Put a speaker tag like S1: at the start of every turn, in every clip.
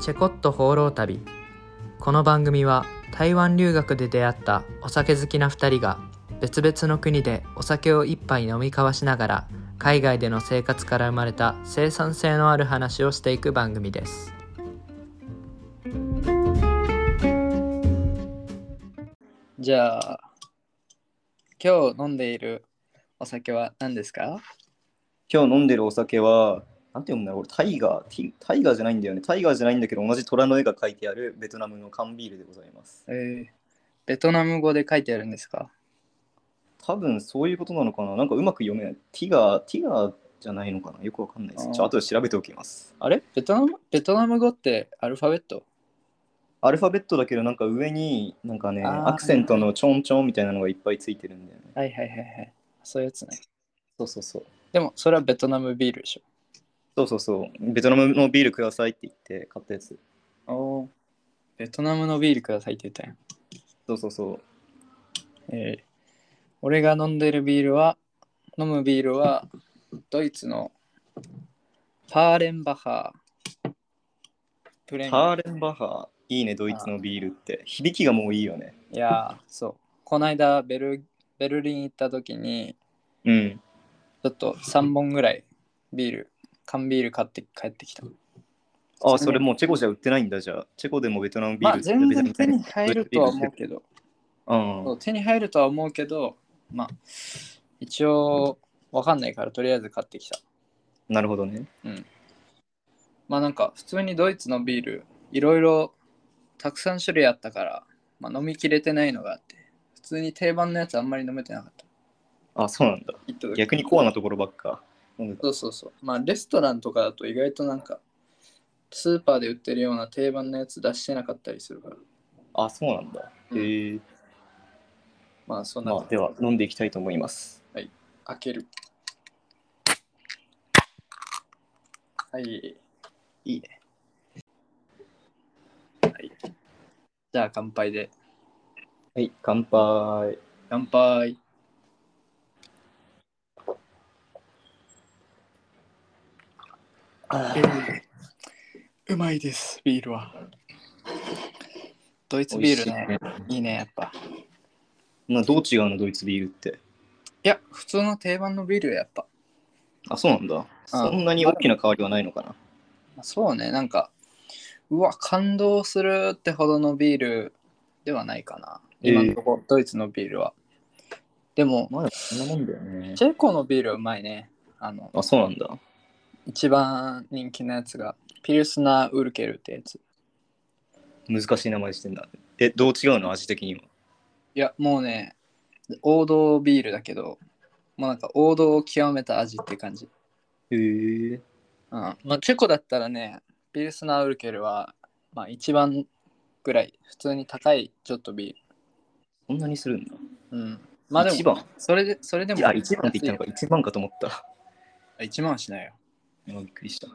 S1: チェコット放浪旅この番組は台湾留学で出会ったお酒好きな2人が別々の国でお酒を一杯飲み交わしながら海外での生活から生まれた生産性のある話をしていく番組です
S2: じゃあ今日飲んでいるお酒は何ですか
S3: 今日飲んでるお酒は、なんて読むんだろう、俺タイガー、ティタイガーじゃないんだよね。タイガーじゃないんだけど、同じ虎の絵が描いてあるベトナムの缶ビールでございます。
S2: えーベトナム語で書いてあるんですか
S3: 多分そういうことなのかななんかうまく読めない。ティガー、ティガーじゃないのかなよくわかんないです。ちょ、
S2: あー
S3: 後で調べておきます。
S2: あれベトナムベトナム語ってアルファベット
S3: アルファベットだけど、なんか上に、なんかね、
S2: あー
S3: アクセントのちょんちょんみたいなのがいっぱいついてるんだよね。
S2: はいはいはいはい。そういうやつね。
S3: そうそうそう。
S2: でもそれはベトナムビールでし
S3: そうそうそう。ベトナムのビールくださいって言って買ったやつ。
S2: ょ。おベトナムのビールくださいって言ったよ。
S3: そうそうそう。
S2: えー俺が飲んでるビールは、飲むビールはドイツのパーレンバハープレミア
S3: ハーレンバッハー、いいね、ドイツのビールって。響きがもういいよね。
S2: いやーそうこの間ベルベルリン行った時に
S3: うん。
S2: ちょっと3本ぐらいビール缶ビール買って帰ってきたそ
S3: あ、そ
S2: れ
S3: れもうチェコじゃ売ってないんだじゃあ。チェコでもベトナムビ
S2: ま
S3: ー
S2: あ
S3: ル
S2: 全然手に入るとは思うけど
S3: うん
S2: そう手に入るとは思うけどまあ一応わかんないからとりあえず買ってきた
S3: なるほどね。
S2: まあなんか普通にドイツのビールいろいろたくさん種類あったから、まあ、飲みきれてないのがあって普通に定番のやつあんまり飲めてなかった
S3: あ、そうなんだ。
S2: 行った時
S3: 逆にコアなところばっか。飲んでた
S2: そうそうそう。まあ、レストランとかだと意外となんか、スーパーで売ってるような定番のやつ出してなかったりするから。
S3: あ、そうなんだ。
S2: うん
S3: へえ。
S2: まあ、そんな、
S3: まあ、では、飲んでいきたいと思います。
S2: 開ける。はい。いいね。はい。じゃあ、乾杯で。
S3: はい、乾杯。
S2: 乾杯。
S3: あ
S2: うまいです、ビールは。ドイツ
S3: ー
S2: ビールね。。いいね、やっぱ。
S3: などう違うの、ドイツビールって。
S2: いや、普通の定番のビールはやっぱ。
S3: あ、そうなんだ。そんなに大きな変わりはないのかな。
S2: そうね、なんか、うわ、感動するってほどのビールではないかな。
S3: えー
S2: 今のとこ、ドイツのビールは。でも、
S3: まだそんなもんだよね。
S2: チェコのビールはうまいね。あの、
S3: あ、そうなんだ。
S2: 一番人気のやつが、ピルスナーウルケルってやつ。い
S3: 難しい名前してんだ。え、どう違うの、味的には。
S2: や、もうね、王道ビールだけど、もうなんか王道を極めた味って感じ。
S3: へえ。
S2: うん。まあ、チェコだったらね、ピルスナーウルケルは、まあ、一番ぐらい、普通に高いちょっとビール。
S3: そんなにするんだ。
S2: うん。まあでも
S3: 一、番。
S2: それで、それでも。
S3: いや、一番って言ったのか、一番かと思った。
S2: あ1万はしないよ。
S3: 今びっくりした。う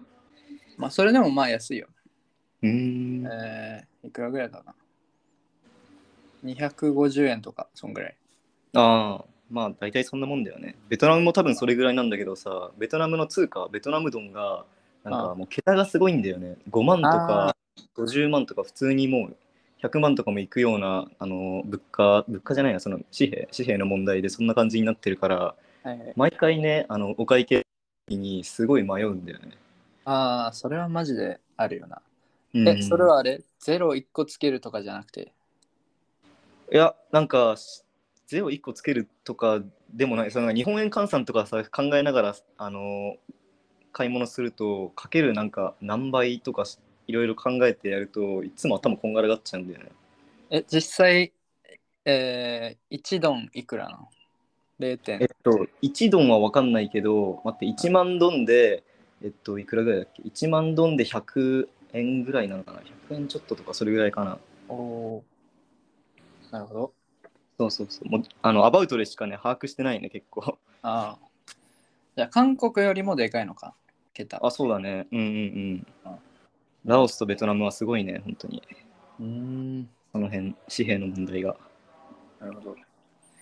S2: まあ、それでもまあ安いよ。
S3: ーん。
S2: えー、いくらぐらいだな。250円とか、そんぐらい。
S3: ああ、まあ大体そんなもんだよね。ベトナムも多分それぐらいなんだけどさ、ベトナムの通貨、ベトナムドンが、なん
S2: あ
S3: かもう桁がすごいんだよね。5万とか50万とか普通にもう100万とかもいくような、あの、物価、物価じゃないな、その紙幣、紙幣の問題でそんな感じになってるから、
S2: はいはい、
S3: 毎回ね、あの、お会計にすごい迷うんだよね。
S2: ああ、それはマジであるよな。
S3: うん
S2: え、それはあれゼロ1個つけるとかじゃなくて。
S3: いや、なんか、ゼロ1個つけるとかでもない、その日本円換算とかさ考えながら、あの買い物すると、かけるなんか何倍とかしいろいろ考えてやるといつも頭こんがらがっちゃうんだよね。
S2: え、実際、えー、1ドンいくらなの ?0. 点
S3: えっと、1ドンは分かんないけど、待って、1万ドンで、えっと、いくらぐらいだっけ ?1 万ドンで100円ぐらいなのかな ?100 円ちょっととか、それぐらいかな。
S2: おーなるほど。
S3: そうそうそう。もうあのアバウトでしかね、把握してないね、結構。
S2: ああ。じゃあ、韓国よりもでかいのか。桁。
S3: あ、そうだね。うんうんうん
S2: あ。
S3: ラオスとベトナムはすごいね、本当に。
S2: うーん。
S3: その辺、紙幣の問題が。
S2: なるほど。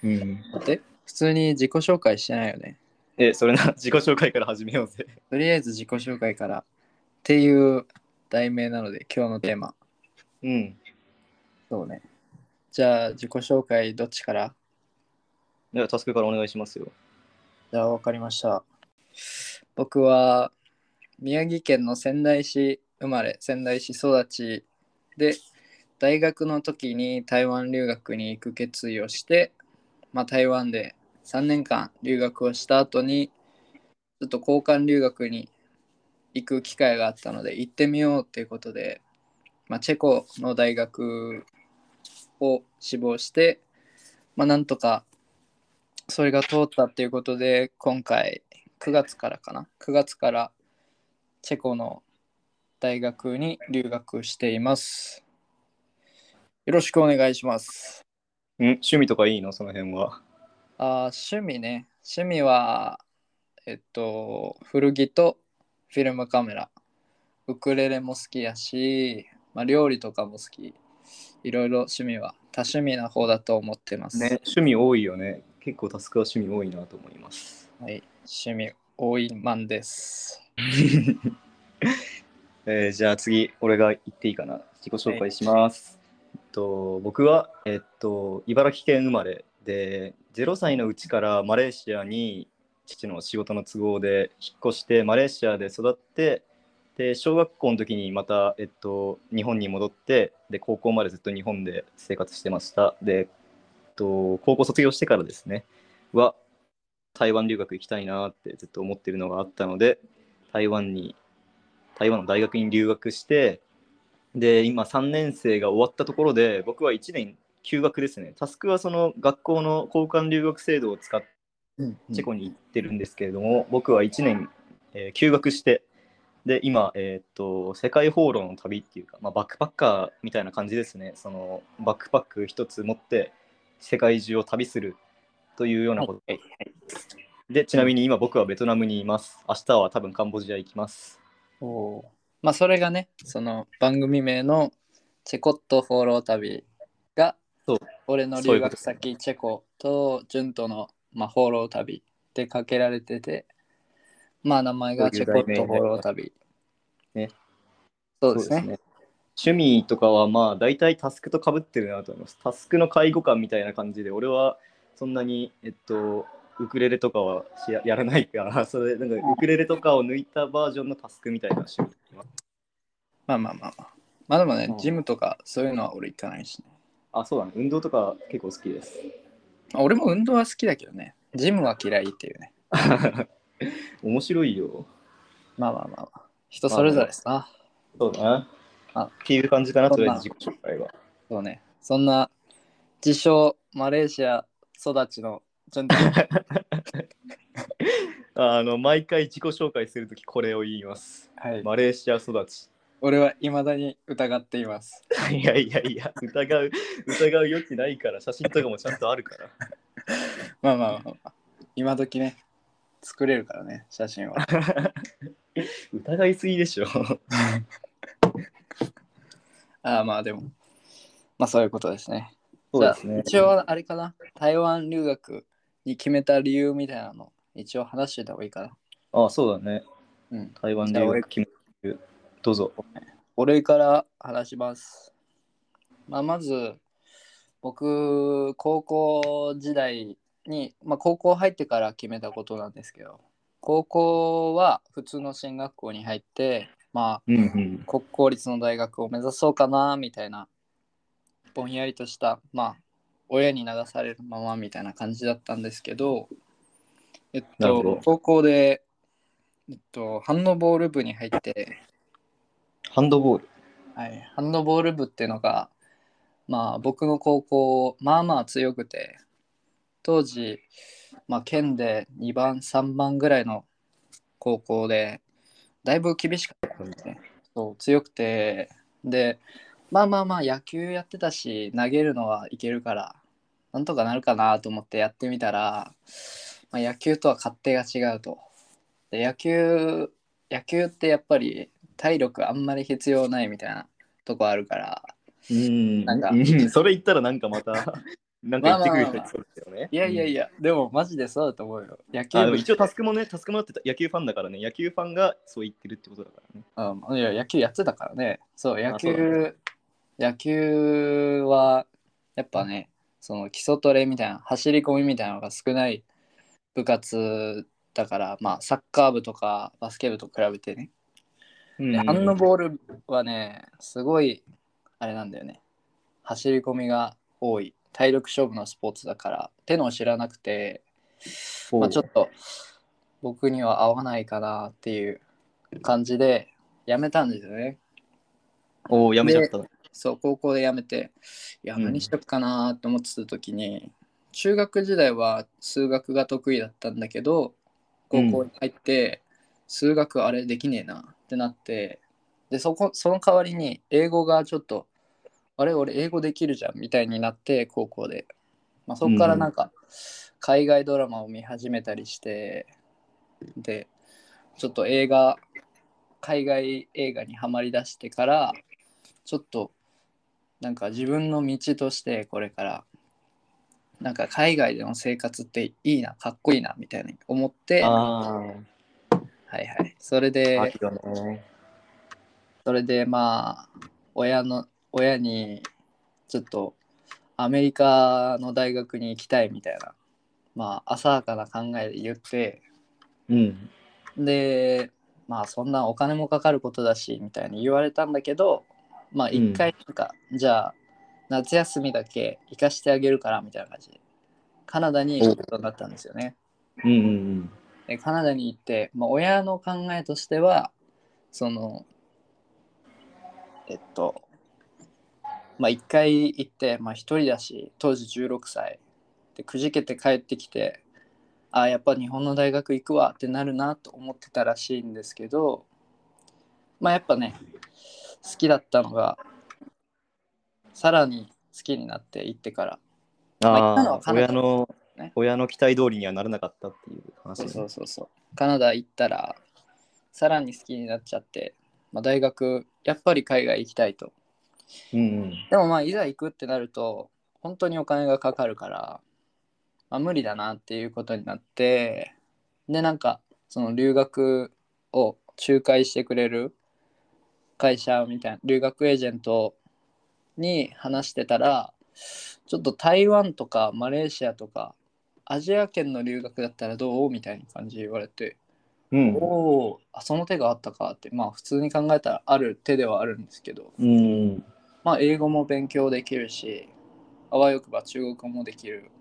S3: うん。
S2: 待って、普通に自己紹介してないよね。
S3: え、それな、自己紹介から始めようぜ。
S2: とりあえず自己紹介からっていう題名なので、今日のテーマ。
S3: うん。
S2: そうね。じゃあ、自己紹介どっちから
S3: では、タスクからお願いしますよ。
S2: じゃあ、わかりました。僕は、宮城県の仙台市生まれ、仙台市育ちで、大学の時に台湾留学に行く決意をして、まあ、台湾で3年間留学をした後に、ちょっと交換留学に行く機会があったので、行ってみようということで、まあ、チェコの大学を志望して、まあ、なんとかそれが通ったっていうことで今回9月からかな9月からチェコの大学に留学していますよろしくお願いします
S3: うん、趣味とかいいのその辺は。
S2: あー趣味ね趣味はえっと古着とフィルムカメラウクレレも好きやし、まあ、料理とかも好きいろいろ趣味は多趣味な方だと思ってます
S3: ね、趣味多いよね。結構タスクは趣味多いなと思います。
S2: はい、趣味多いマンです。
S3: えーじゃあ次、俺が言っていいかな。自己紹介します。えっと僕は、えっと、茨城県生まれで、0歳のうちからマレーシアに父の仕事の都合で引っ越して、マレーシアで育って、で小学校の時にまた、えっと、日本に戻ってで、高校までずっと日本で生活してました。で、えっと、高校卒業してからですね、は台湾留学行きたいなってずっと思ってるのがあったので、台湾に台湾の大学に留学してで今3年生が終わったところで僕は1年休学ですねタスクはその学校の交換留学制度を使ってチェコに行ってるんですけれども、僕は1年、えー休学してで今、えーっと世界放浪の旅っていうか、まあ、バックパッカーみたいな感じですねそのバックパック一つ持って世界中を旅するというようなこと、でちなみに今僕はベトナムにいます明日は多分カンボジア行きます
S2: おーまあそれがね、その番組名のチェコット放浪旅が
S3: そう、
S2: 俺の留学先チェコとジュントの、まあ、放浪旅でかけられてて、まあ名前がチェコット放浪旅。
S3: ね。
S2: そうですね。
S3: 趣味とかはまあ大体タスクとかぶってるなと思います。タスクの介護官みたいな感じで、俺はそんなに、えっと、ウクレレとかはしややらないから、 それなんかウクレレとかを抜いたバージョンのタスクみたいな趣味
S2: まあまあまあまあ。まあでもね
S3: う、ん
S2: ジムとかそういうのは俺行かないしね。
S3: あ、そうだね。運動とか結構好きです。
S2: まあ俺も運動は好きだけどね、ジムは嫌いっていうね。
S3: 面白いよ。
S2: まあまあまあまあ。人それぞれさ。
S3: そうだな。
S2: あ
S3: っていう感じかな、
S2: そ
S3: と
S2: ん
S3: り
S2: な
S3: あえず自己紹介は。
S2: そうね。そんな、自称、マレーシア育ちの、ちゃんと
S3: あの、毎回自己紹介するときこれを言います。
S2: はい、
S3: マレーシア育ち。
S2: 俺はいまだに疑っています。
S3: いやいやいや、疑う、疑う余地ないから、写真とかもちゃんとあるから。
S2: まあまあまあ、まあ、今時ね、作れるからね、写真は。
S3: 疑いすぎでしょ。
S2: ああ、まあでも、まあそういうことですね。
S3: そうですね。
S2: 一応、あれかな、台湾留学に決めた理由みたいなの、一応話してた方がいいかな。
S3: あそうだね。
S2: うん、
S3: 台湾留学決める。どうぞ。
S2: 俺から話します。まあ、まず僕高校時代に、まあ、高校入ってから決めたことなんですけど高校は普通の進学校に入って、ま
S3: うんうん
S2: あ、。国公立の大学を目指そうかなみたいなぼんやりとした、まあ、親に流されるままみたいな感じだったんですけど、えっ
S3: なるほ
S2: と
S3: ど、
S2: 高校で、えっと、ハンドボール部に入って
S3: ハンドボール。
S2: はい、ハンドボール部っていうのが、まあ、僕の高校まあまあ強くて当時、まあ、県で2番3番ぐらいの高校でだいぶ厳しかったんですねそう強くてでまあまあまあ野球やってたし投げるのはいけるからなんとかなるかなと思ってやってみたら、まあ、野球とは勝手が違うと。で野球野球ってやっぱり体力あんまり必要ないみたいなとこあるから
S3: うん
S2: なんか
S3: うんそれ言ったらなんかまた、なんか言ってくる人いそうですよね。
S2: いやいやいや、でもマジでそうだと思うよ。野
S3: あ
S2: 球
S3: でも
S2: 部
S3: 一応タスクもね、タスクもだって野球ファンだからね、野球ファンがそう言ってるってことだからね。
S2: あいや野球やってたからね。そう、野
S3: そう
S2: 球、野
S3: だ
S2: 球は、やっぱね、その基礎トレみたいな、走り込みみたいなのが少ない部活だから、まあ、サッカー部とかバスケ部と比べてね。で、ハンドボールはね、すごい、あれなんだよね。走り込みが多い、体力勝負のスポーツだから、手の知らなくて、
S3: ほう
S2: まあ、ちょっと僕には合わないかなっていう感じでやめたんですよね。
S3: おお、やめちゃった。
S2: そう高校でやめていや
S3: うん
S2: 何しよっかなと思ってた時に、中学時代は数学が得意だったんだけど高校に入って、数学あれできねえなってなってでそこその代わりに英語がちょっとあれ俺英語できるじゃんみたいになって高校で、まあ、そこからなんか海外ドラマを見始めたりしてでちょっと映画海外映画にはまりだしてからちょっとなんか自分の道としてこれからなんか海外での生活っていいなかっこいいなみたいに思っては
S3: あ
S2: いはいそれ
S3: あ、
S2: で
S3: 秋だね。
S2: それでまあ親の親にちょっとアメリカの大学に行きたいみたいなまあ浅はかな考えで言って
S3: うん。
S2: でまあそんなお金もかかることだしみたいに言われたんだけどまあ
S3: ん
S2: 一回とか、じゃあ夏休みだけ行かしてあげるからみたいな感じでカナダに行くことになったんですよね。
S3: うんうん
S2: でカナダに行って、まあ、親の考えとしてはそのえっとまあ一回行って、まあ、一人だし当時16歳でくじけて帰ってきてああやっぱ日本の大学行くわってなるなと思ってたらしいんですけどまあやっぱね好きだったのがさらに好きになって行ってから
S3: うん。
S2: まあ行ったの
S3: あ
S2: は
S3: あ、
S2: 彼女
S3: 親の
S2: ね、
S3: 親の期待通りにはならなかったっていう話
S2: そう
S3: ね。
S2: そうそうそう。カナダ行ったら、さらに好きになっちゃって、まあ、大学、やっぱり海外行きたいと。
S3: うんうん。
S2: でもまあ、いざ行くってなると、本当にお金がかかるから、まあ、無理だなっていうことになって、で、なんか、その留学を仲介してくれる会社みたいな、留学エージェントに話してたら、ちょっと台湾とかマレーシアとか、アジア圏の留学だったらどうみたいな感じで言われて、
S3: うん。
S2: おおあその手があったかってまあ普通に考えたらある手ではあるんですけど
S3: うん。
S2: まあ英語も勉強できるしあわよくば中国語もできる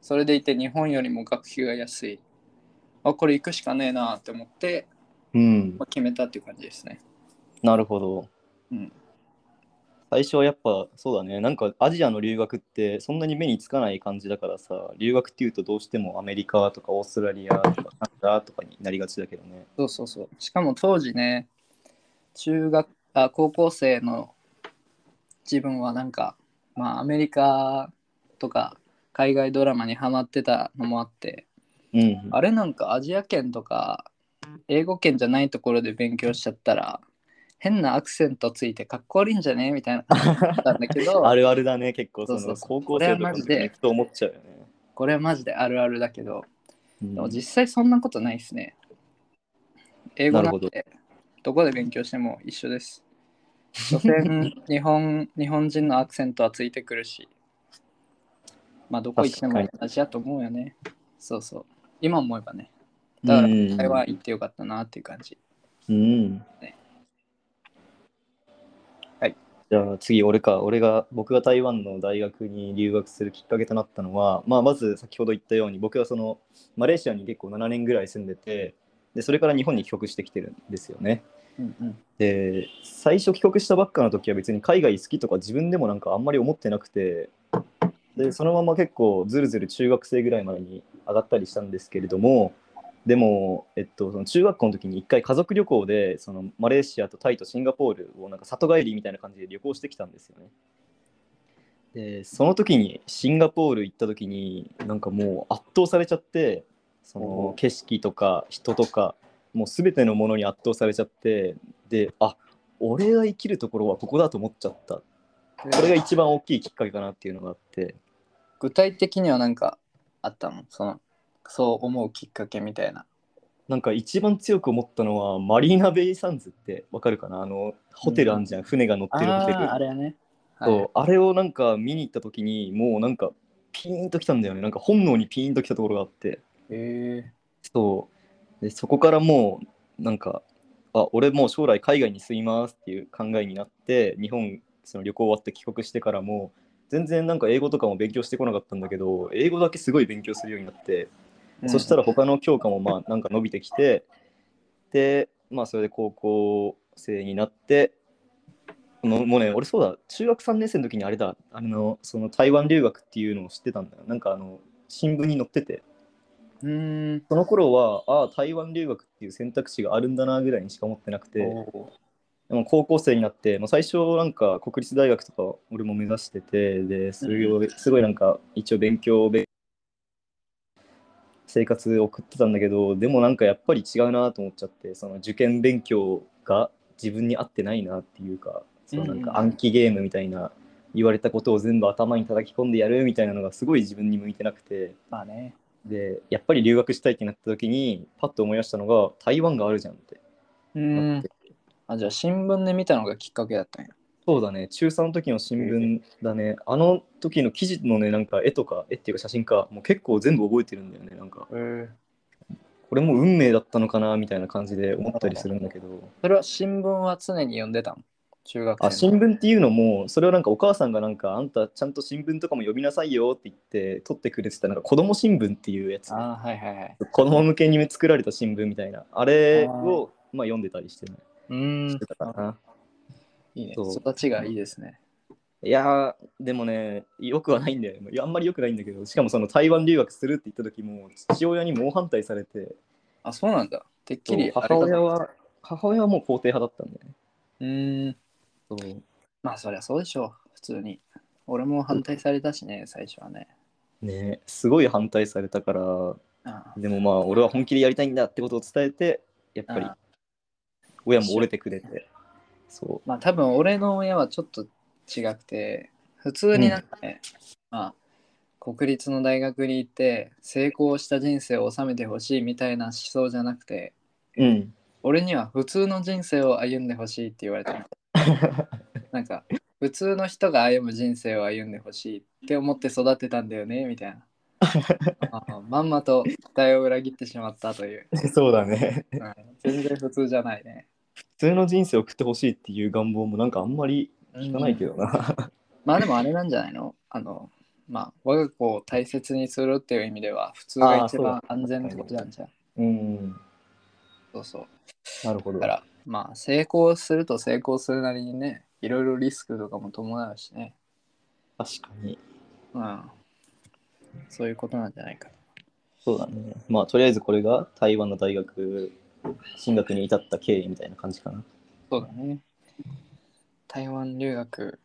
S2: それでいて日本よりも学費が安いあこれ行くしかねえなって思って、
S3: うん
S2: ま。あ、決めたっていう感じですね
S3: なるほど。
S2: うん
S3: 最初はやっぱそうだねなんかアジアの留学ってそんなに目につかない感じだからさ留学っていうとどうしてもアメリカとかオーストラリアとかカナダとかになりがちだけどね
S2: そうそうそうしかも当時ね中学あ高校生の自分はなんかまあアメリカとか海外ドラマにハマってたのもあって
S3: うん
S2: あれなんかアジア圏とか英語圏じゃないところで勉強しちゃったら変なアクセントついてかっこ悪いんじゃねみたいな感じだったんだけど
S3: あるあるだね結構そ
S2: そうそ
S3: の
S2: うそう
S3: 高校生とか
S2: これはマ
S3: の時
S2: ジで
S3: にふと思っちゃうよね
S2: これはマジであるあるだけど
S3: うん
S2: でも実際そんなことないですね英語なん
S3: な
S2: てどこで勉強しても一緒です所 詮日本日本人のアクセントはついてくるしまあどこ行っても
S3: 確
S2: 同じだと思うよねそうそう今思えばねだから
S3: うん
S2: 台湾行ってよかったなっていう感じ
S3: うん
S2: ねはい
S3: じゃあ次俺か俺が僕が台湾の大学に留学するきっかけとなったのは、まあ、まず先ほど言ったように僕はそのマレーシアに結構7年ぐらい住んでてでそれから日本に帰国してきてるんですよね
S2: うんうん
S3: で最初帰国したばっかの時は別に海外好きとか自分でもなんかあんまり思ってなくてでそのまま結構ずるずる中学生ぐらいまでに上がったりしたんですけれどもでも、えっと、その中学校の時に一回家族旅行でそのマレーシアとタイとシンガポールをなんか里帰りみたいな感じで旅行してきたんですよね。でその時にシンガポール行った時になんかもう圧倒されちゃってそ
S2: お
S3: の
S2: う
S3: 景色とか人とかもう全てのものに圧倒されちゃってであ俺が生きるところはここだと思っちゃったこれが一番大きいきっかけかなっていうのがあって
S2: 具体的にはなんかあったのそのそう思うきっかけみたいな。
S3: なんか一番強く思ったのはマリーナ・ベイ・サンズってわかるかなあのホテルあんじゃん、船が乗ってるホテル
S2: ああれやね。はい
S3: そうあれをなんか見に行った時にもうなんかピーンときたんだよねなんか本能にピーンときたところがあって
S2: へ
S3: そうでそこからもうなんかあ俺もう将来海外に住みますっていう考えになって日本その旅行終わって帰国してからも全然なんか英語とかも勉強してこなかったんだけど英語だけすごい勉強するようになって
S2: え
S3: そした
S2: ら、
S3: ら他の教科もまあなんか伸びてきて、で、まあそれで高校生になって、もうもうね、俺そうだ、中学3年生の時にあれだ、あの、その台湾留学っていうのを知ってたんだよ。なんかあの、新聞に載ってて、
S2: うーん。
S3: その頃は、ああ、台湾留学っていう選択肢があるんだなぐらいにしか思ってなくて、
S2: おー
S3: でも高校生になって、まあ、最初なんか国立大学とか俺も目指しててですごいすごいなんか一応勉強をべ生活を送ってたんだけどでもなんかやっぱり違うなと思っちゃってその受験勉強が自分に合ってないなっていうかそのなん
S2: うん
S3: か暗記ゲームみたいな言われたことを全部頭に叩き込んでやるみたいなのがすごい自分に向いてなくて
S2: まあね。
S3: でやっぱり留学したいってなった時にパッと思い出したのが台湾があるじゃんって。
S2: うーん。あじゃあ新聞で見たのがきっかけだったんや。
S3: そうだね、中3の時の新聞だね、あの時の記事のね、なんか絵とか、絵っていうか写真か、もう結構全部覚えてるんだよね、なんか、これも運命だったのかなみたいな感じで思ったりするんだけど、
S2: それは新聞は常に読んでたの中学生の。
S3: あ、新聞っていうのも、それはなんかお母さんがなんか、あんたちゃんと新聞とかも読みなさいよって言って、撮ってくれてた、なんか子供新聞っていうやつ、
S2: あーはいはいはい。
S3: 子供向けに作られた新聞みたいな、あれをまあ読んでたりしてね
S2: うー
S3: し
S2: ん
S3: て。たかな。
S2: いいね。
S3: そう
S2: 育ちがいいですね。
S3: いやーでもね、よくはないんだよ。いやあんまりよくないんだけど、しかもその台湾留学するって言った時も、父親に猛反対されて、
S2: あ、そうなんだ。てっきりあれ
S3: 母
S2: かと
S3: 親は、母親はもう肯定派だったんだよね。
S2: うーん。
S3: そう
S2: まあそりゃそうでしょう。普通に。俺も反対されたしね、最初はね。
S3: ねすごい反対されたから、
S2: あ
S3: でもまあ、俺は本気でやりたいんだってことを伝えて、やっぱり
S2: あ、
S3: 親も折れてくれて、そう。
S2: まあ多分俺の親はちょっと違くて、普通になんかね、まあ、国立の大学に行って成功した人生を収めてほしいみたいな思想じゃなくて、
S3: うん。
S2: 俺には普通の人生を歩んでほしいって言われたの。 なんか、普通の人が歩む人生を歩んでほしいって思って育てたんだよね、みたい な。あまんまと期待を裏切ってしまったという。
S3: そうだね。
S2: うん全然普通じゃないね。
S3: 普通の人生を送ってほしいっていう願望もなんかあんまり聞かないけ
S2: ど。
S3: どな。
S2: まあでもあれなんじゃないのあの、まあ、我が子を大切にするっていう意味では、普通が一番安全ってことなんじゃん。
S3: うん。
S2: そうそう。
S3: なるほど。
S2: だから、まあ、成功すると成功するなりにね、いろいろリスクとかも伴うしね。
S3: 確かに。
S2: うん。そういうことなんじゃないか。
S3: そうだね。まあ、とりあえずこれが台湾の大学進学に至った経緯みたいな感じかな。
S2: そうだね。台湾留学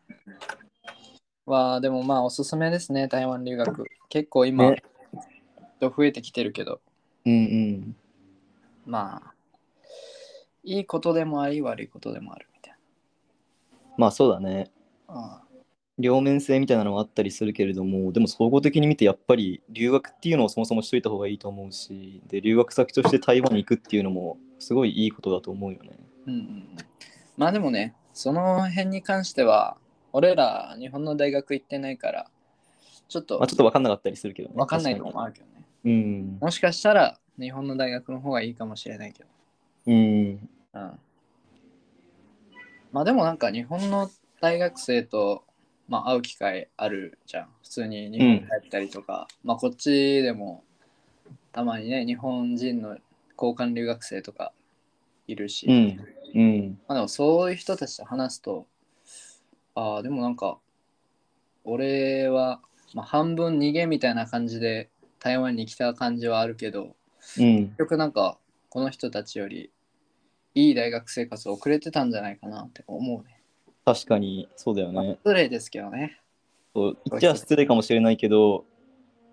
S2: は、でもまあおすすめですね、台湾留学。結構今、
S3: ね
S2: 人増えてきてるけど、
S3: うんうん。
S2: まあ、いいことでもあり、悪いことでもあるみたい
S3: まあ、そうだね。
S2: な。あ
S3: 両面性みたいなのはあったりするけれども、でも総合的に見て、やっぱり留学っていうのをそもそもしといた方がいいと思うし、で、留学先として台湾に行くっていうのも、すごいいいことだと思うよね。
S2: あうんうんうん。まあでもね、その辺に関しては、俺ら日本の大学行ってないから、ちょっと
S3: まあ、ちょっと分かんなかったりするけどね。
S2: 分かんないとこも
S3: 確
S2: あるけどね。
S3: かにうん。
S2: もしかしたら日本の大学の方がいいかもしれないけど。
S3: うん。
S2: うんまあでもなんか日本の大学生と、まあ、会う機会あるじゃん普通に日本帰ったりとか、まあこっちでもたまにね日本人の交換留学生とかいるし、
S3: うん。うん。
S2: まあでもそういう人たちと話すとああでもなんか俺は、まあ、半分逃げみたいな感じで台湾に来た感じはあるけど、
S3: うん
S2: 結。局なんかこの人たちよりいい大学生活を送れてたんじゃないかなって思うね。
S3: 確かに、そうだよね。
S2: 失礼ですけど ね。
S3: そう言っちゃ失礼かもしれないけど、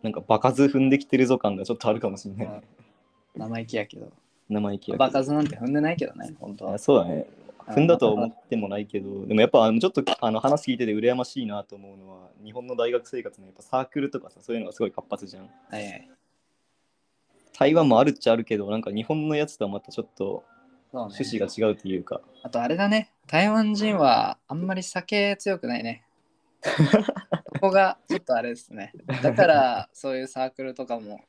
S3: なんか場数踏んできてるぞ感がちょっとあるかもしれな
S2: うん
S3: い。
S2: 生意気やけど。
S3: 生意気やけど
S2: バカずなんて踏んでないけどね、本当は。
S3: そうだね。踏んだとは思ってもないけど、でもやっぱあのちょっとあの話聞いてて羨ましいなと思うのは、日本の大学生活のやっぱサークルとかさ、そういうのがすごい活発じゃん。
S2: はいはい。
S3: 台湾もあるっちゃあるけど、なんか日本のやつとはまたちょっと
S2: そうね。
S3: 趣旨が違うというか、
S2: あとあれだね。台湾人はあんまり酒強くないね。そこがちょっとあれですね。だからそういうサークルとかも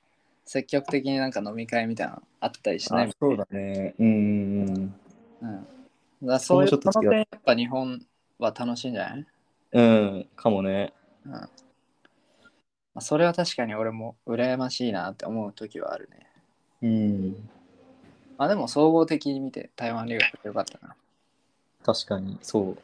S2: 積極的になんか飲み会みたいなのあったりしない。
S3: そうだね。うん。
S2: うん、だからそういう
S3: そ
S2: こ
S3: こ
S2: の
S3: もちょっと違う
S2: 点やっぱ日本は楽しいんじゃない、
S3: うん、かもね。
S2: まあ、それは確かに俺も羨ましいなって思う時はあるね。
S3: うん。
S2: まあでも総合的に見て台湾留学ってよかったな。
S3: 確かに、そう。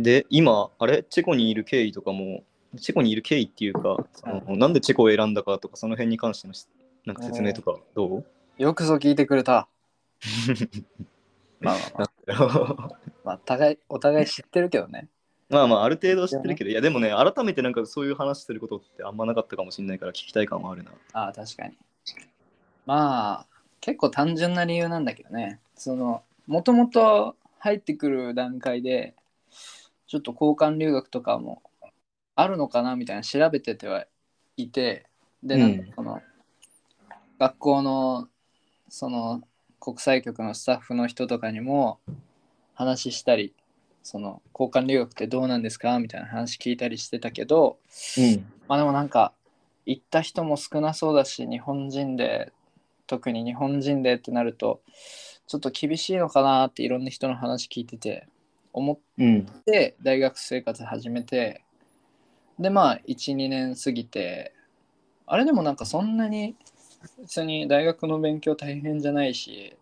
S3: で、今、あれチェコにいる経緯とかも、チェコにいる経緯っていうか、そのなんでチェコを選んだかとか、その辺に関してのしなんか説明とか、どう
S2: よくぞ聞いてくれた。まあまあまあ、まあ、互いお互い知ってるけどね。
S3: まあまあ、ある程度は知ってるけど、いやでもね、改めてなんかそういう話することってあんまなかったかもしれないから聞きたい感はあるな。
S2: ああ、確かに。まあ、結構単純な理由なんだけどね。その、もともと入ってくる段階で、ちょっと交換留学とかもあるのかなみたいな調べててはいて、で、
S3: うん
S2: なんかこの、学校の、その、国際局のスタッフの人とかにも話したり、その、交換留学ってどうなんですかみたいな話聞いたりしてたけど、
S3: うん。
S2: まあでもなんか行った人も少なそうだし日本人で特に日本人でってなるとちょっと厳しいのかなっていろんな人の話聞いてて思っ
S3: うん。
S2: て大学生活始めてでまあ12年過ぎてあれでもなんかそんなに別に大学の勉強大変じゃないし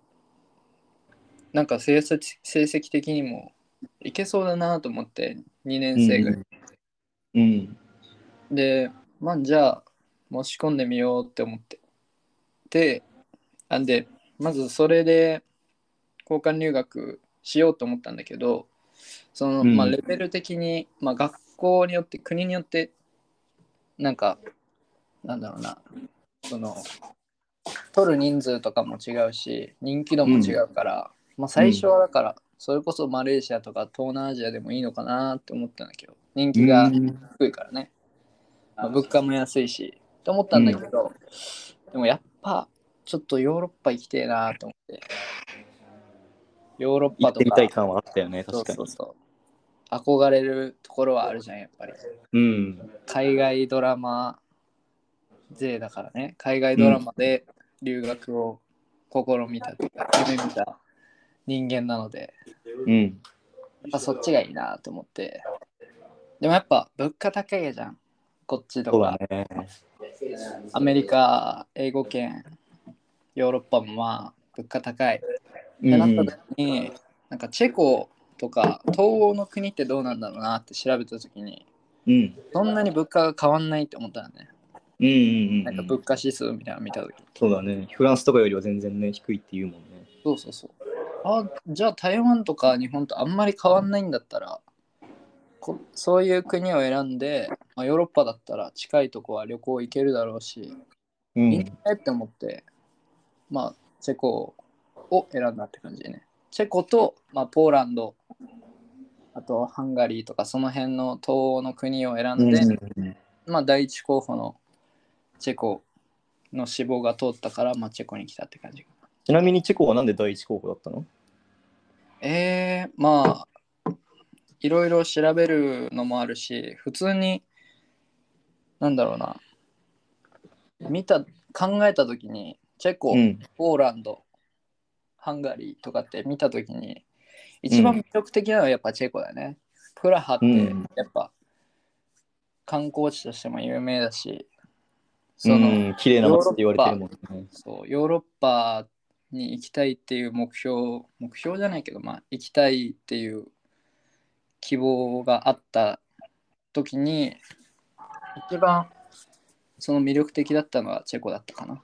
S2: なんか成績成績的にもいけそうだなと思って2年生ぐらい
S3: うん。
S2: で、まあ、じゃあ、申し込んでみようって思って。で、あで、まずそれで、交換留学しようと思ったんだけど、その、
S3: うん
S2: まあ、レベル的に、まあ、学校によって、国によって、なんか、なんだろうな、その、取る人数とかも違うし、人気度も違うから、まあ、最初はだから、それこそマレーシアとか東南アジアでもいいのかなって思ったんだけど、人気が低いからね。まあ、物価も安いし、と思ったんだけど、でもやっぱ、ちょっとヨーロッパ行きてえなと思って。ヨーロッ
S3: 行
S2: パ
S3: っ
S2: と
S3: てみ
S2: か
S3: た、い感はあったよね、
S2: そ
S3: 確
S2: う
S3: かに。
S2: そうそう。憧れるところはあるじゃん、やっぱり。
S3: うん。
S2: 海外ドラマ勢だからね。海外ドラマで留学を試みたとか、夢見た人間なので。
S3: うん。
S2: やっぱそっちがいいなと思って。でもやっぱ物価高いじゃん。こっちと
S3: そう
S2: か
S3: だ。ね。
S2: アメリカ、英語圏、ヨーロッパもまあ物価高い。っ
S3: う
S2: てなった
S3: ん
S2: 時に、なんかチェコとか東欧の国ってどうなんだろうなって調べた時に、
S3: うん。
S2: そんなに物価が変わんないって思ったのね。
S3: うんうん
S2: なん
S3: う
S2: か
S3: ん。
S2: 物価指数みたいなの見た時に。
S3: そうだね。フランスとかよりは全然ね、低いって言うもんね。
S2: そうそうそう。あじゃあ台湾とか日本とあんまり変わんないんだったらこそういう国を選んで、まあ、ヨーロッパだったら近いとこは旅行行けるだろうし、
S3: う
S2: いいねって思って、まあ、チェコを選んだって感じでね。チェコと、まあ、ポーランド、あとハンガリーとか、その辺の東欧の国を選んで、
S3: うん
S2: まあ、第一候補のチェコの志望が通ったから、まあ、チェコに来たって感じ。
S3: ちなみにチェコはなんで第一候補だったの
S2: えー、まあ、いろいろ調べるのもあるし、普通に、なんだろうな、見た、考えたときに、チェコ、
S3: ん。
S2: ポーランド、ハンガリーとかって見たときに、一番魅力的なのはやっぱチェコだね。プラハって
S3: うん
S2: やっぱ観光地としても有名だし、その、
S3: うん。綺麗な街って言われてるもんね。
S2: そうヨーロッパに行きたいっていう目標目標じゃないけどまあ行きたいっていう希望があった時に一番その魅力的だったのはチェコだったかな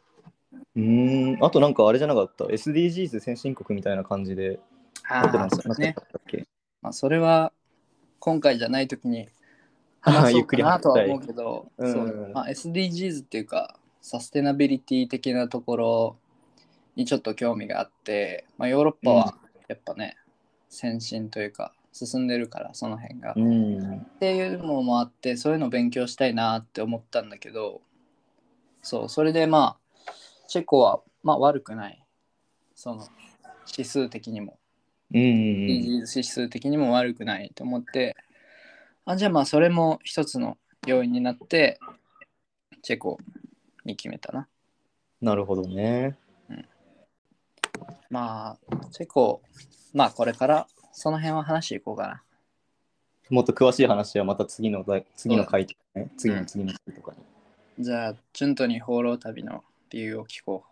S3: うん。あとなんかあれじゃなかった ?SDGs 先進国みたいな感じで。
S2: あ
S3: なんか
S2: そう
S3: なかっ
S2: ね、
S3: たっけ
S2: まあ、それは今回じゃない時に話そ
S3: ゆ
S2: う
S3: っく
S2: か
S3: り
S2: な
S3: 話
S2: と
S3: し
S2: は
S3: た
S2: 思う
S3: い。
S2: け ど、
S3: うん
S2: そうまあ、SDGs っていうかサステナビリティ的なところにちょっと興味があって、まあ、ヨーロッパはやっぱね、先進というか進んでるからその辺が。
S3: うん。
S2: っていうのもあってそういうの勉強したいなって思ったんだけどそうそれでまあチェコはまあ悪くないその指数的にも
S3: うん。
S2: イージー指数的にも悪くないと思ってあじゃあまあそれも一つの要因になってチェコに決めたな
S3: なるほどね。
S2: まあチェコまあこれからその辺は話していこうかな
S3: もっと詳しい話はまた次の題次の回とかね、次の次の回とかに。
S2: じゃあチュントに放浪旅の理由を聞こ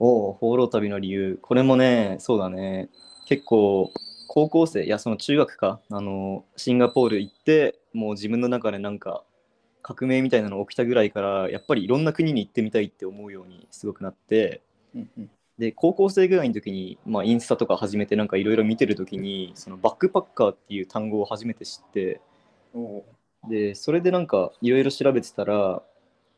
S3: おお、放浪旅の理由。これもね、そうだね。結構、高校生、いや、その中学か、あの、シンガポール行って、もう自分の中でなんか、革命みたいなの起きたぐらいから、やっぱりいろんな国に行ってみたいって思うようにすごくなって、
S2: う、うんうん、
S3: で高校生ぐらいの時に、まあ、インスタとか始めてなんかいろいろ見てる時にそのバックパッカーっていう単語を初めて知って
S2: おう
S3: でそれでなんかいろいろ調べてたら、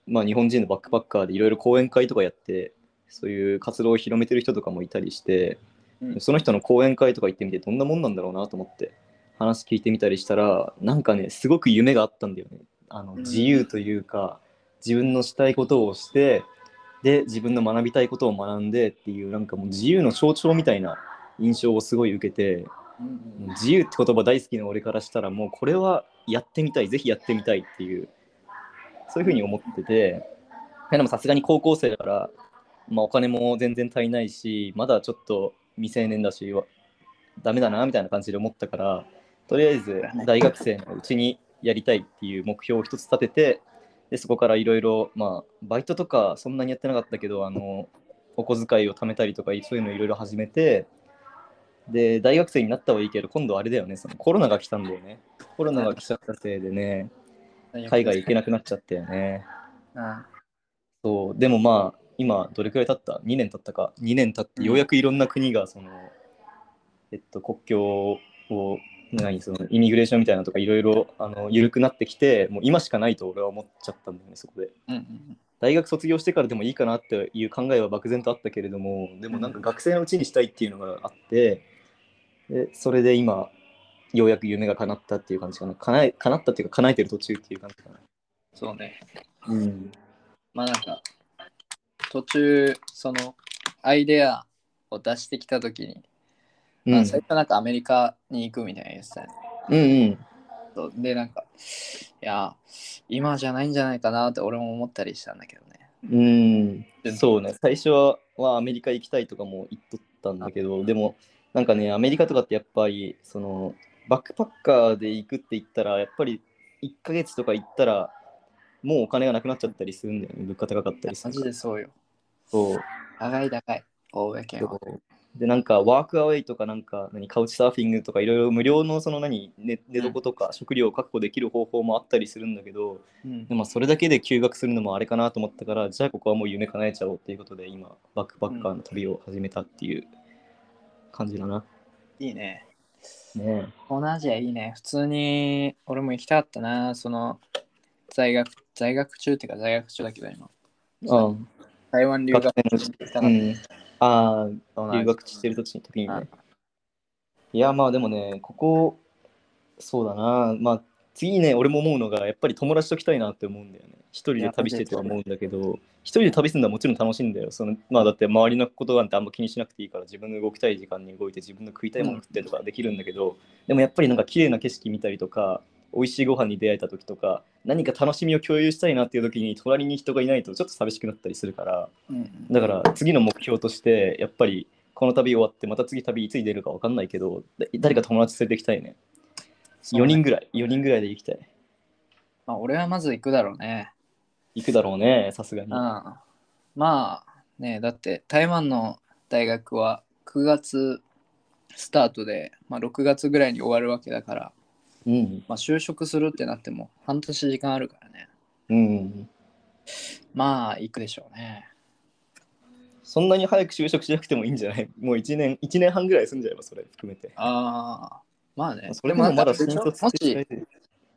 S3: まあ、日本人のバックパッカーでいろいろ講演会とかやってそういう活動を広めてる人とかもいたりして、
S2: うん
S3: その人の講演会とか行ってみてどんなもんなんだろうなと思って話聞いてみたりしたらなんかねすごく夢があったんだよねあの
S2: うん
S3: 自由というか、自分のしたいことをしてで自分の学びたいことを学んでっていうなんかもう自由の象徴みたいな印象をすごい受けて
S2: うんうん
S3: 自由って言葉大好きな俺からしたらもうこれはやってみたいぜひやってみたいっていうそういうふうに思っててでもさすがに高校生だから、まあ、お金も全然足りないしまだちょっと未成年だしわダメだなみたいな感じで思ったからとりあえず大学生のうちにやりたいっていう目標を一つ立ててでそこからいろいろまあバイトとかそんなにやってなかったけどあのお小遣いを貯めたりとかそういうのいろいろ始めてで大学生になったはいいけど今度あれだよねそのコロナが来たんだよねコロナが来ちゃったせいでね海外行けなくなっちゃったよね
S2: あ
S3: そうでもまあ今どれくらい経った2年経ったか2年経ってようやくいろんな国がその、えっと国境を何そのイミグレーションみたいなのとかいろいろあの緩くなってきてもう今しかないと俺は思っちゃったんだよねそこで
S2: うんうん
S3: 大学卒業してからでもいいかなっていう考えは漠然とあったけれどもでもなんか学生のうちにしたいっていうのがあってでそれで今ようやく夢が叶ったっていう感じかな叶え叶ったっていうか叶えてる途中っていう感じかな
S2: そうね
S3: うん
S2: まあなんか途中そのアイデアを出してきた時に、
S3: うん
S2: まあ最初なんかアメリカに行くみたいなやつだよね
S3: うんうん
S2: そうでなんかいや今じゃないんじゃないかなって俺も思ったりしたんだけどね
S3: うん、そうね、最初ははアメリカ行きたいとかも言っとったんだけど、でも、なんかね、アメリカとかってやっぱり、その、バックパッカーで行くって言ったら、やっぱり1ヶ月とか行ったら、もうお金がなくなっちゃったりするんだよね、物価高かっ
S2: い
S3: た
S2: や
S3: りす
S2: マ
S3: る
S2: ジ
S3: から。
S2: でそうよ
S3: そう
S2: 高い高い大江県は
S3: で、なんか、ワークアウェイとか、なんか、何、カウチサーフィングとか、いろいろ無料の、その何、寝寝床とか、食料を確保できる方法もあったりするんだけど、
S2: うん
S3: でまあ、それだけで休学するのもあれかなと思ったから、じゃあここはもう夢叶えちゃおうということで、今、バックパッカーの旅を始めたっていう感じだな。
S2: いいね
S3: ね
S2: 東南アジアいいね普通に俺も行きたかったなその在学在学中っていうか在学中だけど今
S3: え。うん。
S2: 台湾留学中に行きたかった
S3: うん、あ
S2: 東南ア
S3: あ、
S2: ジア
S3: 留学してる時に時に
S2: う
S3: ね
S2: ん。
S3: いや、まあでもね、ここ、そうだな。まあ次ね、俺も思うのが、やっぱり友達と来たいなって思うんだよね。一人で旅してて思うんだけど、一人で旅するのはもちろん楽しいんだよ。そのまあだって周りのことなんてあんま気にしなくていいから、自分の動きたい時間に動いて、自分の食いたいもの食ってとかできるんだけど、でもやっぱりなんか綺麗な景色見たりとか、美味しいご飯に出会えた時とか、何か楽しみを共有したいなっていう時に、隣に人がいないとちょっと寂しくなったりするから、
S2: うん
S3: だから次の目標としてやっぱりこの旅終わってまた次旅いつに出るか分かんないけどだ誰か友達連れてきたいね
S2: そう
S3: 4
S2: ね
S3: 人ぐらい4人ぐらいで行きたい
S2: まあ、俺はまず行くだろうね。
S3: 行くだろうねさすが
S2: う
S3: に
S2: ん。まあ、ね、だって台湾の大学は9月スタートで、まあ、6月ぐらいに終わるわけだから、
S3: うん
S2: まあ、就職するってなっても半年時間あるからね。
S3: うん
S2: まあ、行くでしょうね。
S3: そんなに早く就職しなくてもいいんじゃない もう1年1年半ぐらい住んじゃえばそれ含めて
S2: ああ、まあね。
S3: それでもまだ新
S2: でも
S3: 卒
S2: も
S3: して
S2: し、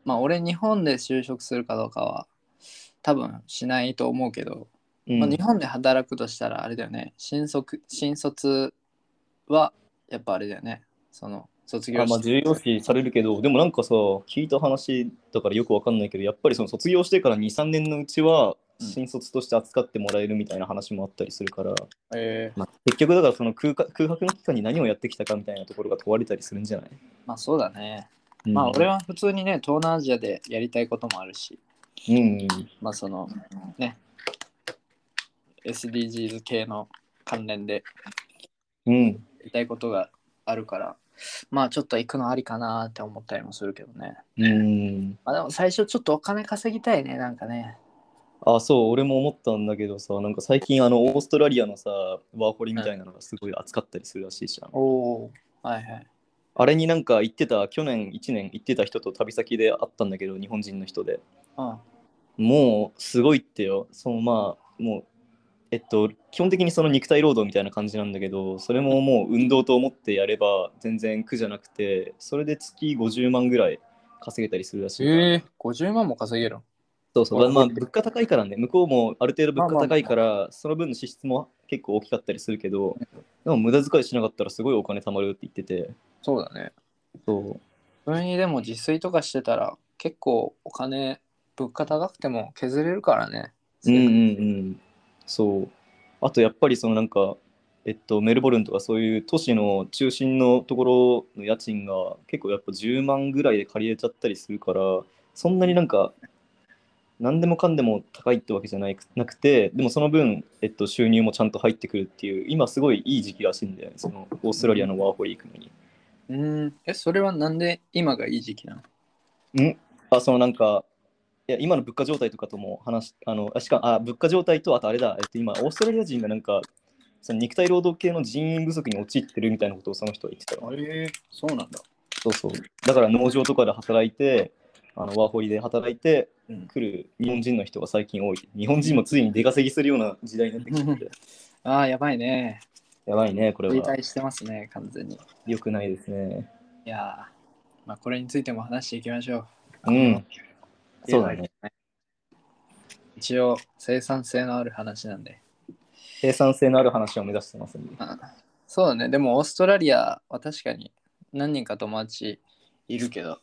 S2: まあ、俺日本で就職するかどうかは多分しないと思うけど、
S3: うん
S2: まあ、日本で働くとしたらあれだよね新卒新卒はやっぱあれだよねその卒業
S3: あまあ、
S2: して。
S3: 重要視されるけど、でもなんかさ、聞いた話だからよくわかんないけど、やっぱりその卒業してから2、3年のうちは、
S2: うん
S3: 新卒として扱ってもらえるみたいな話もあったりするから、
S2: えー
S3: まあ、結局だからその空間空白の期間に何をやってきたかみたいなところが問われたりするんじゃない、
S2: まあそうだね。まあ俺は普通にね、東南アジアでやりたいこともあるし、
S3: うん、うん、
S2: まあそのね、SDGs 系の関連で
S3: うん、
S2: やりたいことがあるから、まあちょっと行くのありかなって思ったりもするけどね。
S3: うん。
S2: まあでも最初ちょっとお金稼ぎたいね、なんかね。
S3: あ、そう、俺も思ったんだけどさ、なんか最近あの、オーストラリアのさ、ワーホリみたいなのがすごい扱ったりするらしいじゃん。
S2: おお。はいはい。
S3: あれになんか行ってた、去年1年行ってた人と旅先で会ったんだけど、日本人の人で。
S2: うん。
S3: もうすごいってよ。そのまあもうえっと基本的にその肉体労働みたいな感じなんだけど、それももう運動と思ってやれば全然苦じゃなくて、それで月50万ぐらい稼げたりするらしいな。
S2: ええ50万も稼げるの
S3: そうそう。まあ物価高いからね、向こうもある程度物価高いから、その分の支出も結構大きかったりするけど、でも無駄遣いしなかったらすごいお金貯まるって言ってて、
S2: そうだね。
S3: そう。
S2: それにでも自炊とかしてたら結構お金、物価高くても削れるからね。
S3: うんうんうん。そう。あとやっぱりそのなんか、えっと、メルボルンとかそういう都市の中心のところの家賃が結構やっぱ10万ぐらいで借りれちゃったりするから、そんなになんか、何でもかんでも高いってわけじゃないくなくて、でもその分、えっと、収入もちゃんと入ってくるっていう、今すごいいい時期らしいんだよね、そのオーストラリアのワーホリ行くのに。
S2: うん。え、それはなんで今がいい時期なの
S3: んあ、そのなんか、いや今の物価状態とかとも話し、あの、あしかあ、物価状態と、あとあれだ、えっと、今、オーストラリア人がなんか、その肉体労働系の人員不足に陥ってるみたいなことをその人は言ってたわ。
S2: えそうなんだ。
S3: そうそう。だから農場とかで働いて、あのワーホリで働いて
S2: うん
S3: 来る日本人の人が最近多い。日本人もついに出稼ぎするような時代になってきてて、
S2: ああ、やばいね。
S3: やばいね、これ
S2: 衰
S3: は。
S2: 退してますね、完全に。い
S3: よくないですね。
S2: やー、まあ、これについても話していきましょう。
S3: うん。そうだね。
S2: 一応、生産性のある話なんで。
S3: 生産性のある話を目指してますんで。
S2: うんそうだね。でも、オーストラリアは確かに何人か友達いるけど、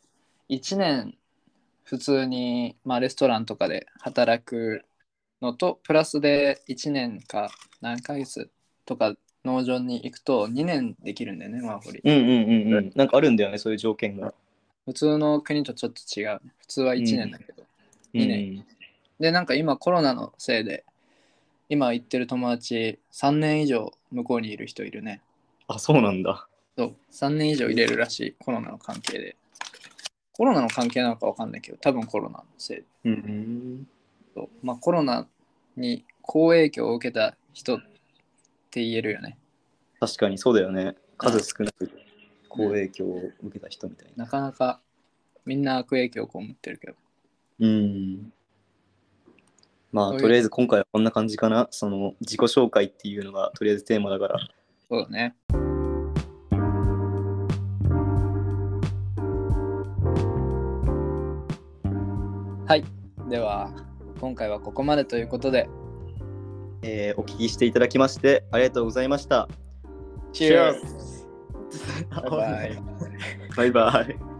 S2: 1年普通に、まあ、レストランとかで働くのと、プラスで1年か何ヶ月とか農場に行くと2年できるんだよね、ワーホリ。
S3: うんうんうんうん。なんかあるんだよね、そういう条件が。
S2: 普通の国とちょっと違う。普通は1年だけど。いいね
S3: うん
S2: で、なんか今コロナのせいで、今行ってる友達3年以上向こうにいる人いるね。
S3: あ、そうなんだ。
S2: そう、3年以上入れるらしい、コロナの関係で。コロナの関係なのかわかんないけど、多分コロナのせい
S3: うん。
S2: と、まあコロナに好影響を受けた人って言えるよね。
S3: 確かにそうだよね。数少なく好影響を受けた人みたいな。
S2: なかなかみんな悪影響を被ってるけど。
S3: うん。ま
S2: そう
S3: あ、
S2: いう
S3: とりあえず今回はこんな感じかな。その自己紹介っていうのがとりあえずテーマだから。
S2: そうだね。はい。では、今回はここまでということで。
S3: えーお聞きしていただきましてありがとうございました。
S2: Cheers!
S3: Cheers
S2: バイバイ。
S3: バイバイ。